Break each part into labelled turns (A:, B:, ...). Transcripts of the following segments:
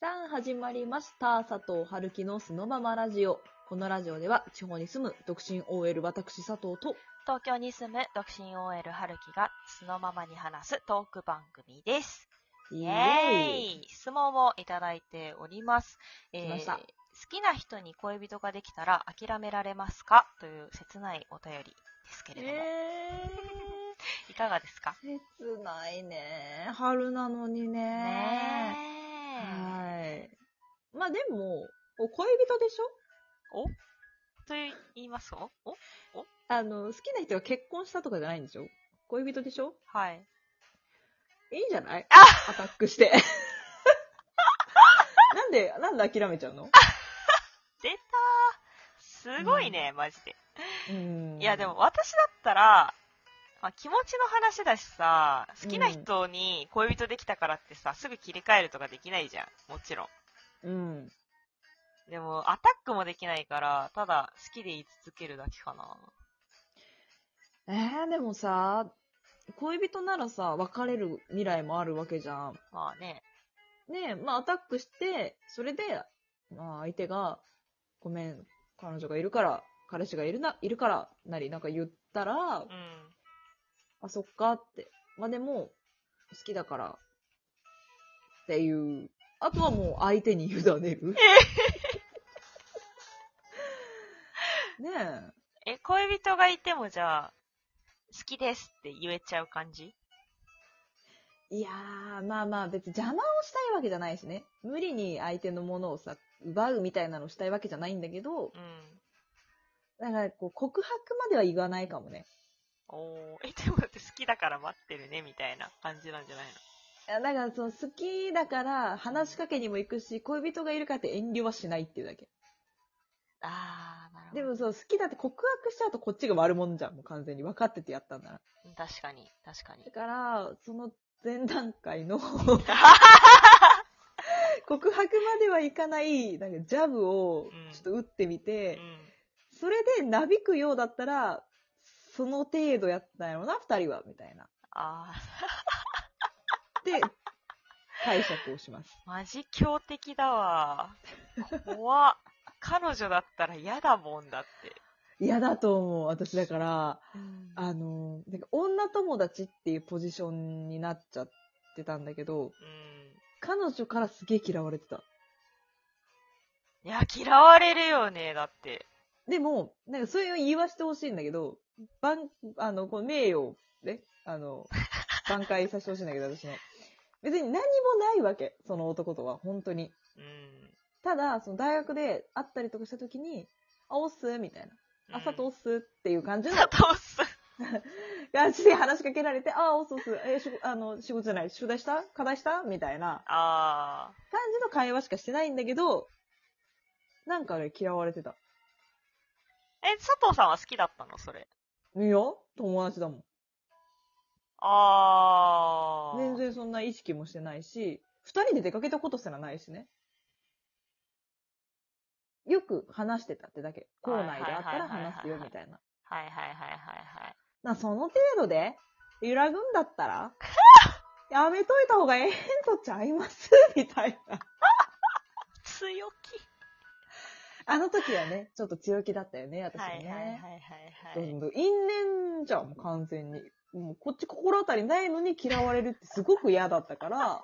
A: さあ、始まりました。佐藤春樹のスノママラジオ。このラジオでは、地方に住む独身 OL 私佐藤と、
B: 東京に住む独身 OL 春樹がそのままに話すトーク番組です。
A: イ
B: イ
A: エ
B: エーイ質問をいただいております。え
A: 来ました
B: 好きな人に恋人ができたら諦められますかという切ないお便りですけれども、
A: え
B: いかがですか
A: ー、切ないね。春なのにね。
B: ねえ。
A: はい。まあでも、お恋人でしょ
B: おと言いますとお
A: あの、好きな人が結婚したとかじゃないんでしょ恋人でしょ
B: はい。
A: いいんじゃない
B: あ
A: アタック して。なんで、なんで諦めちゃうの
B: 出たーすごいね、マジで。
A: うん
B: いや、でも、私だったら、まあ、気持ちの話だしさ、好きな人に恋人できたからってさ、すぐ切り替えるとかできないじゃん。もちろん。
A: うん。
B: でも、アタックもできないから、ただ、好きで言い続けるだけかな。
A: えー、でもさ、恋人ならさ、別れる未来もあるわけじゃん。
B: まあね。
A: ねえ、まあアタックして、それで、まあ相手が、ごめん、彼女がいるから、彼氏がいるな、いるから、なり、なんか言ったら、
B: うん。
A: あ、そっかって。まあでも、好きだから、っていう。あとはもう相手に委ねる。ねえ。
B: え、恋人がいても、じゃあ、好きですって言えちゃう感じ
A: いやー、まあまあ別に邪魔をしたいわけじゃないしね。無理に相手のものをさ、奪うみたいなのをしたいわけじゃないんだけど、
B: うん。
A: だからこう告白までは言わないかもね。
B: おー、え、でもだって好きだから待ってるね、みたいな感じなんじゃないの
A: いやだからその好きだから話しかけにも行くし、恋人がいるからって遠慮はしないっていうだけ。
B: あー、なるほど。
A: でもそう好きだって告白しちゃうとこっちが悪者じゃん。もう完全に分かっててやったんだなら。
B: うん確かに、確かに
A: だ。から、その前段階の告白まではいかない、なんかジャブをちょっと打ってみて、
B: うん。
A: それでなびくようだったら、その程度やったんやろな、二人は、みたいな。
B: あー、
A: で、解釈をします。
B: マジ強敵だわ。怖っ。彼女だったら嫌だもんだって。
A: 嫌だと思う、私だから、
B: うん。
A: あの、なんか女友達っていうポジションになっちゃってたんだけど、彼女からすげえ嫌われてた。
B: いや、嫌われるよね、だって。
A: でも、なんかそういうの言わしてほしいんだけど、番、あの、この名誉をね、あの、挽回させてほしいんだけど、私の。別に何もないわけ、その男とは、本当に。
B: うん。
A: ただ、その大学で会ったりとかした時に、あ、おっすみたいな。あ、佐藤
B: う
A: お
B: ん
A: っすっていう感じの
B: 佐藤さん。
A: 感じで話しかけられて、あ、おっすおっす。え、しあの、仕事じゃない、宿題した課題したみたいな
B: あ
A: 感じの会話しかしてないんだけど、なんかね、嫌われてた。
B: ー。え、佐藤さんは好きだったのそれ。
A: いや、友達だもん。
B: あー。
A: 全。然そんな意識もしてないし、二人で出かけたことすらないしね。よく話してたってだけ。校内であったら話すよみたいな。
B: はいはいはいはいはい。
A: なその程度で揺らぐんだったらやめといた方がええんとちゃいます みたいな。
B: 強
A: あの時はね、ちょっと強気だったよね、
B: 気。
A: 私
B: はいはいはい
A: ね。
B: はいはい。
A: どんどん因縁じゃん、もう完全に。もうこっち心当たりないのに嫌われるってすごく嫌だった から、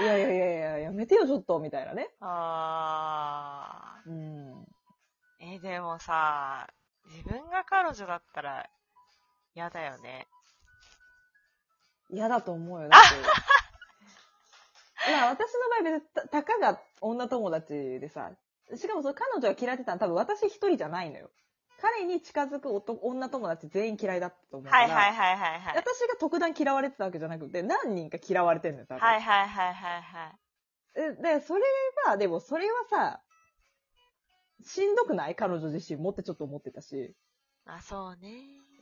A: いやいやいやいや、やめてよ、ちょっと、みたいなね。
B: あー。
A: うん。
B: え、でもさ、自分が彼女だったら嫌だよね。
A: 嫌だと思うよ、だって。いや、私の場合別にた、たかが女友達でさ、しかもその彼女が嫌いってたのは多分私一人じゃないのよ。彼に近づく男女友達全員嫌いだったと思うから。
B: はいはいはいはいはい。
A: 私が特段嫌われてたわけじゃなくて、何人か嫌われてんのよ、多分。
B: はいはいはいはいはい。
A: えで、それは、でもそれはさ、しんどくない彼女自身もってちょっと思ってたし。
B: あ、そうね。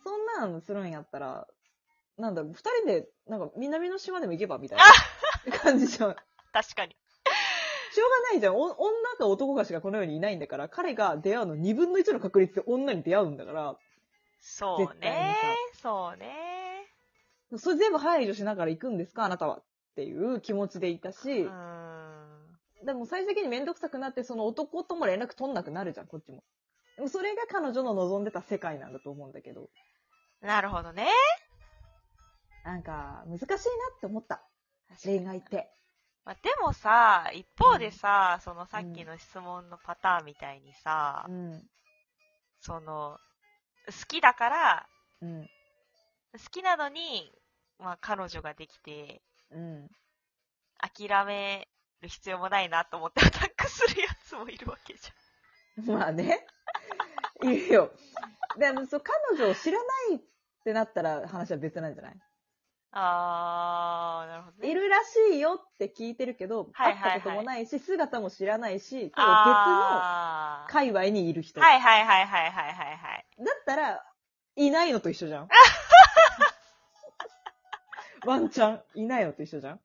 A: そんなんするんやったら、なんだろう、二人で、なんか南の島でも行けばみたいな感じじゃん。
B: 確かに。
A: しょうがないじゃん。お女か男かしかこの世にいないんだから、彼が出会うの2分の1の確率で女に出会うんだか
B: そう
A: 絶対に
B: ね
A: さ。
B: そうね。
A: ら、それ全部排除しながら行くんですかあなたは。っていう気持ちでいたし、
B: うーん。
A: でも最終的にめんどくさくなって、その男とも連絡取んなくなるじゃん、こっちも。でもそれが彼女の望んでた世界なんだと思うんだけど。
B: なるほどね。
A: なんか、難しいなって思った。恋愛って。
B: まあ、でもさ、一方でさ、そのさっきの質問のパターンみたいにさ、
A: うん。
B: その、好きだから、
A: うん。
B: 好きなのに、まあ彼女ができて、
A: うん。
B: 諦める必要もないなと思ってアタックするやつもいるわけじ
A: まあね。いるよ。でもそう、彼女を知らないってなったら話は別なんじゃない
B: ゃん。あー、なるほど、ね。
A: いるらしいよって聞いてるけど、
B: はい
A: 会
B: はいはい
A: ったこともないし、姿も知らないし、ただ
B: あ
A: 別の界隈にいる人。
B: ーはいはいはいはいはいはいはい。
A: だったら、いないのと一緒じ ゃん。ワンチャン、いないのと一緒じゃん。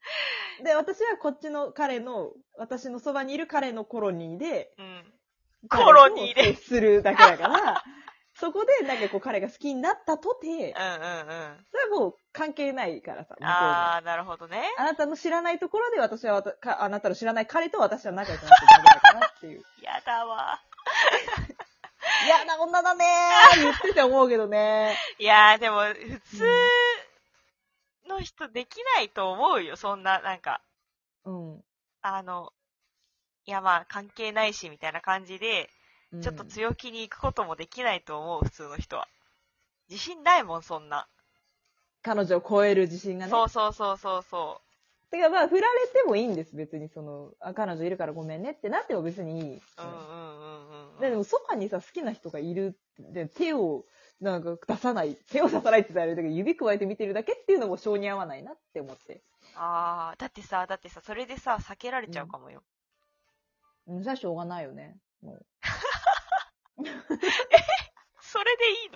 A: で、私はこっちの彼の、私のそばにいる彼のコロニーで、
B: うん。コロニーで
A: 彼と接するだけだから、そこでなんかこう彼が好きになったとて、
B: うんうんうん。
A: それはもう関係ないからさ、向こうには
B: あー、なるほどね。
A: あなたの知らないところで私はわたか、あなたの知らない彼と私は仲良くなってるだけだからっていう。
B: やだわ。
A: 嫌な女だねー言ってて思うけどね。
B: いやー、でも、普通の人できないと思うよ。そんな、なんか、
A: うん。
B: あの、いやまあ、関係ないし、みたいな感じで、
A: うん
B: ちょっと強気に行くこともできないと思う、普通の人は。自信ないもん、そんな。
A: 彼女を超える自信がね。
B: そうそうそうそうそ
A: てかまあ、振られてもいいんです、別に。その、あ、彼女いるからごめんねってなっても別にいい。
B: う。うんうんうんうん。
A: ででも、そばにさ、好きな人がいるで、手を、なんか出さない、手を出さないって言われるけど、指加えて見てるだけっていうのも性に合わないなって思って。
B: ああ、だってさ、だってさ、それでさ、避けられちゃうかもよ。
A: うん、じゃあしょうがないよね。もう
B: それでいい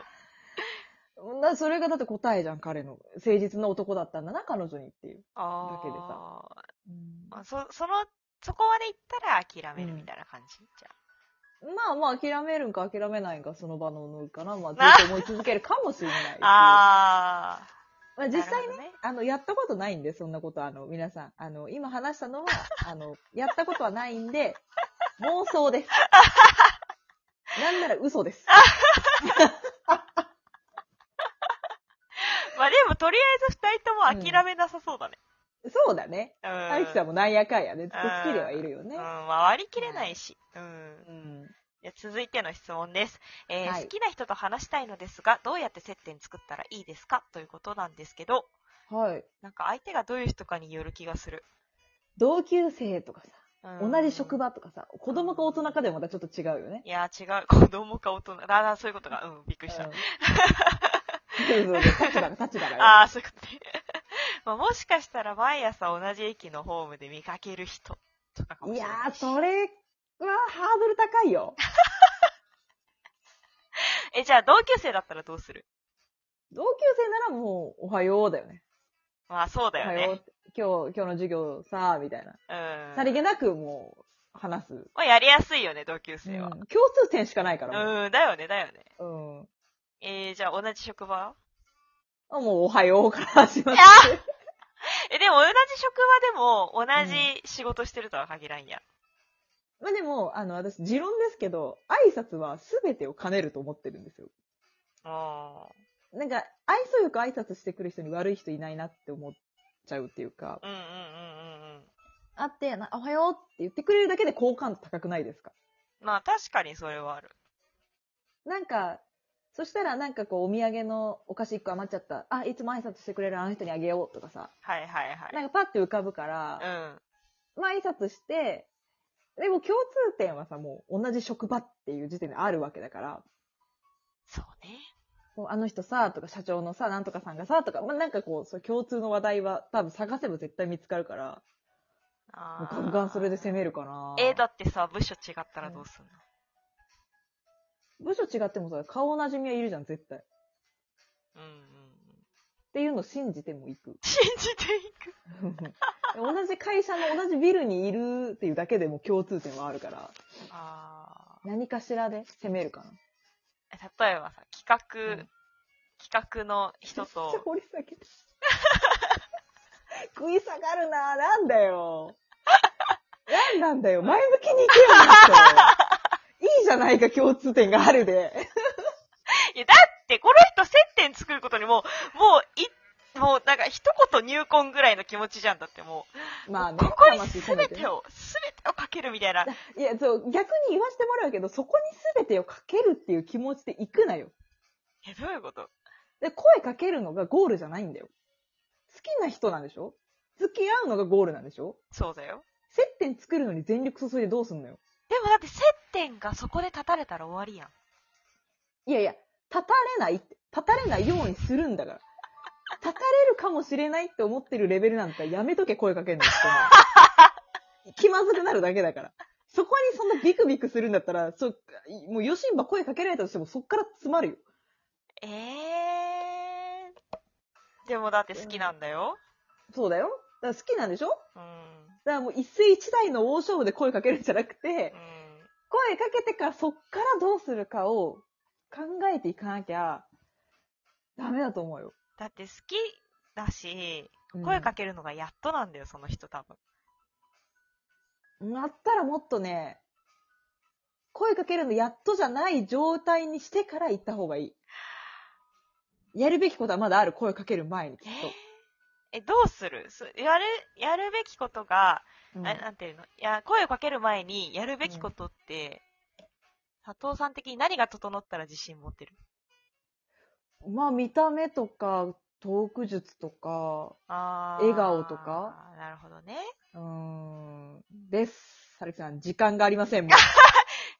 B: の
A: な、それがだって答えじゃん、彼の。誠実な男だったんだな、彼女にっていう。
B: ああ。
A: だけでさ
B: まあ、そ、その、そこまで行ったら諦めるみたいな感じ、じゃ
A: まあまあ、諦めるんか諦めないんか、その場の能かな。まあ、ず
B: な
A: っと思い続けるかもしれない し。
B: あ。ああ。
A: まあ、実際ね、
B: なるほどね。
A: あの、やったことないんで、そんなこと、あの、皆さん。あの、今話したのは、あの、やったことはないん で、妄想です。なんなら嘘です。
B: まあでも、とりあえず二人とも諦めなさそうだね。
A: そうだね。
B: うん。
A: あゆきさんもなんやかんやね、ずっと好きではいるよ
B: う
A: ね
B: ん、。まあ割り切れないし。うん。
A: うん。
B: じゃあ続いての質問です、えー
A: はい
B: 好きな人と話したいのですが、どうやって接点作ったらいいですかということなんですけど、
A: はい。
B: なんか相手がどういう人かによる気がする。
A: 同級生とかさ、
B: うん
A: 同じ職場とかさ、子供か大人かでまたちょっと違うよね。
B: いやー、違う。子供か大人。だだ、そういうことが。うん、びっくり した。
A: うんそうそうそう立場が立場が。
B: ああ、そういうことね。 まあ、もしかしたら毎朝同じ駅のホームで見かける人とかかも
A: い
B: しれ
A: や
B: ない
A: ー、
B: し
A: それはハードル高いよ。
B: え、じゃあ同級生だったらどうする
A: 同級生ならもう、おはようだよね。
B: まあ、そうだ
A: お
B: よ
A: はようっ
B: ね。
A: て。今日、今日の授業さみたいな。
B: うん。
A: さりげなくもう、話す。
B: まあ、やりやすいよね、同級
A: うん
B: 生は。
A: 共通点しかないから。
B: うん、だよね、だよね。
A: うん。
B: えー、じゃあ同じ 職場
A: あもう、おはようから始まって。
B: え、でも同じ職場でも同じ仕事してるとは限らんや。
A: まあでも、あの、私、持論ですけど、挨拶は全てを兼ねると思ってるんですよ。
B: うん。
A: なんか、愛想よく挨拶してくる人に悪い人いないなって思っちゃうっていうか、
B: うんうんうんうんうん。
A: あって、なおはようって言ってくれるだけで好感度高くないですか
B: まあ確かにそれはある。
A: なんか、そしたらなんかこう、お土産のお菓子1個余っちゃった。あ、いつも挨拶してくれるあの人にあげようとかさ。
B: はいはいはい。
A: なんかパッて浮かぶから、まあ挨拶して、でも共通点はさ、もう同じ職場っていう時点であるわけだから、
B: うん。そうね。
A: こうあの人さ、とか社長のさ、なんとかさんがさ、とか、まあなんかこう、そう共通の話題は多分探せば絶対見つかるから、もう
B: あー
A: ガンガンそれで攻めるかな。
B: え、だってさ、部署違ったらどうすんの、
A: 部署違ってもさ、顔なじみはいるじゃん、絶対。っ
B: うん、うんうん。
A: ていうのを信じても行く。
B: 信じていく。
A: 同じ会社の同じビルにいるっていうだけでも共通点はあるから、
B: あ
A: 何かしらで攻めるかな。
B: ー例えばさ、企画、
A: うん
B: 企画の人
A: めっちゃ
B: と、
A: 掘り 下げる。食い下がるなぁ、なんだよ。んなんだよ。前向きに行けよ、もっといいじゃないか、共通点があるで。
B: いや、だって、この人接点作ることにもう、もう、い、もうなんか一言入婚ぐらいの気持ちじゃんだっても
A: まあ
B: う、
A: ね、
B: ここに
A: 魂込
B: 全
A: めね
B: てを、全てをかけるみたい な。
A: いや、そう、逆に言わせてもらうけど、そこに全てをかけるっていう気持ちで行くなよ。
B: え、どういうこと
A: で、声かけるのがゴールじゃないんだよ。好きな人なんでしょ付き合うのがゴールなんでしょ
B: そうだよ。
A: 接点作るのに全力注いでどうすんのよ。
B: でもだって接点がそこで立たれたら終わりやん。
A: いやいや、立たれないって、立たれないようにするんだから。立たれるかもしれないって思ってるレベルなんかやめとけ声かけんのって思う。気まずくなるだけだから。そこにそんなビクビクするんだったら、そう、もうヨシンバ声かけられたとしてもそっから詰まるよ。
B: ええー。でもだって好きなんだよ。
A: そうだよ。だから好きなんでしょだか
B: うん。
A: らもう一世一代の大勝負で声かけるんじゃなくて
B: う、ん。
A: 声かけてからそっからどうするかを考えていかなきゃダメだと思うよ。
B: だって好きだし、声かけるのがやっとなんだよ、その人多分。
A: なったらもっとね、声かけるのやっとじゃない状態にしてから行った方がいい。やるべきことはまだある、声かける前にきっ
B: え、どうするすやる、やるべきことが、
A: と。うん
B: あなんていうのいや、声をかける前にやるべきことって、佐藤さん的に何が整ったら自信持ってる
A: まあ見た目とか、トーク術とか、
B: あー
A: 笑顔とか
B: なるほどね。
A: うーん、です。はるきさん、時間がありません、も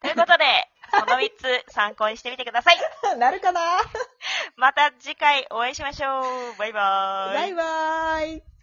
B: ということで、この3つ参考にしてみてください。
A: う なるかな
B: また次回お会いしましょう。バイバーイ。
A: バイバーイ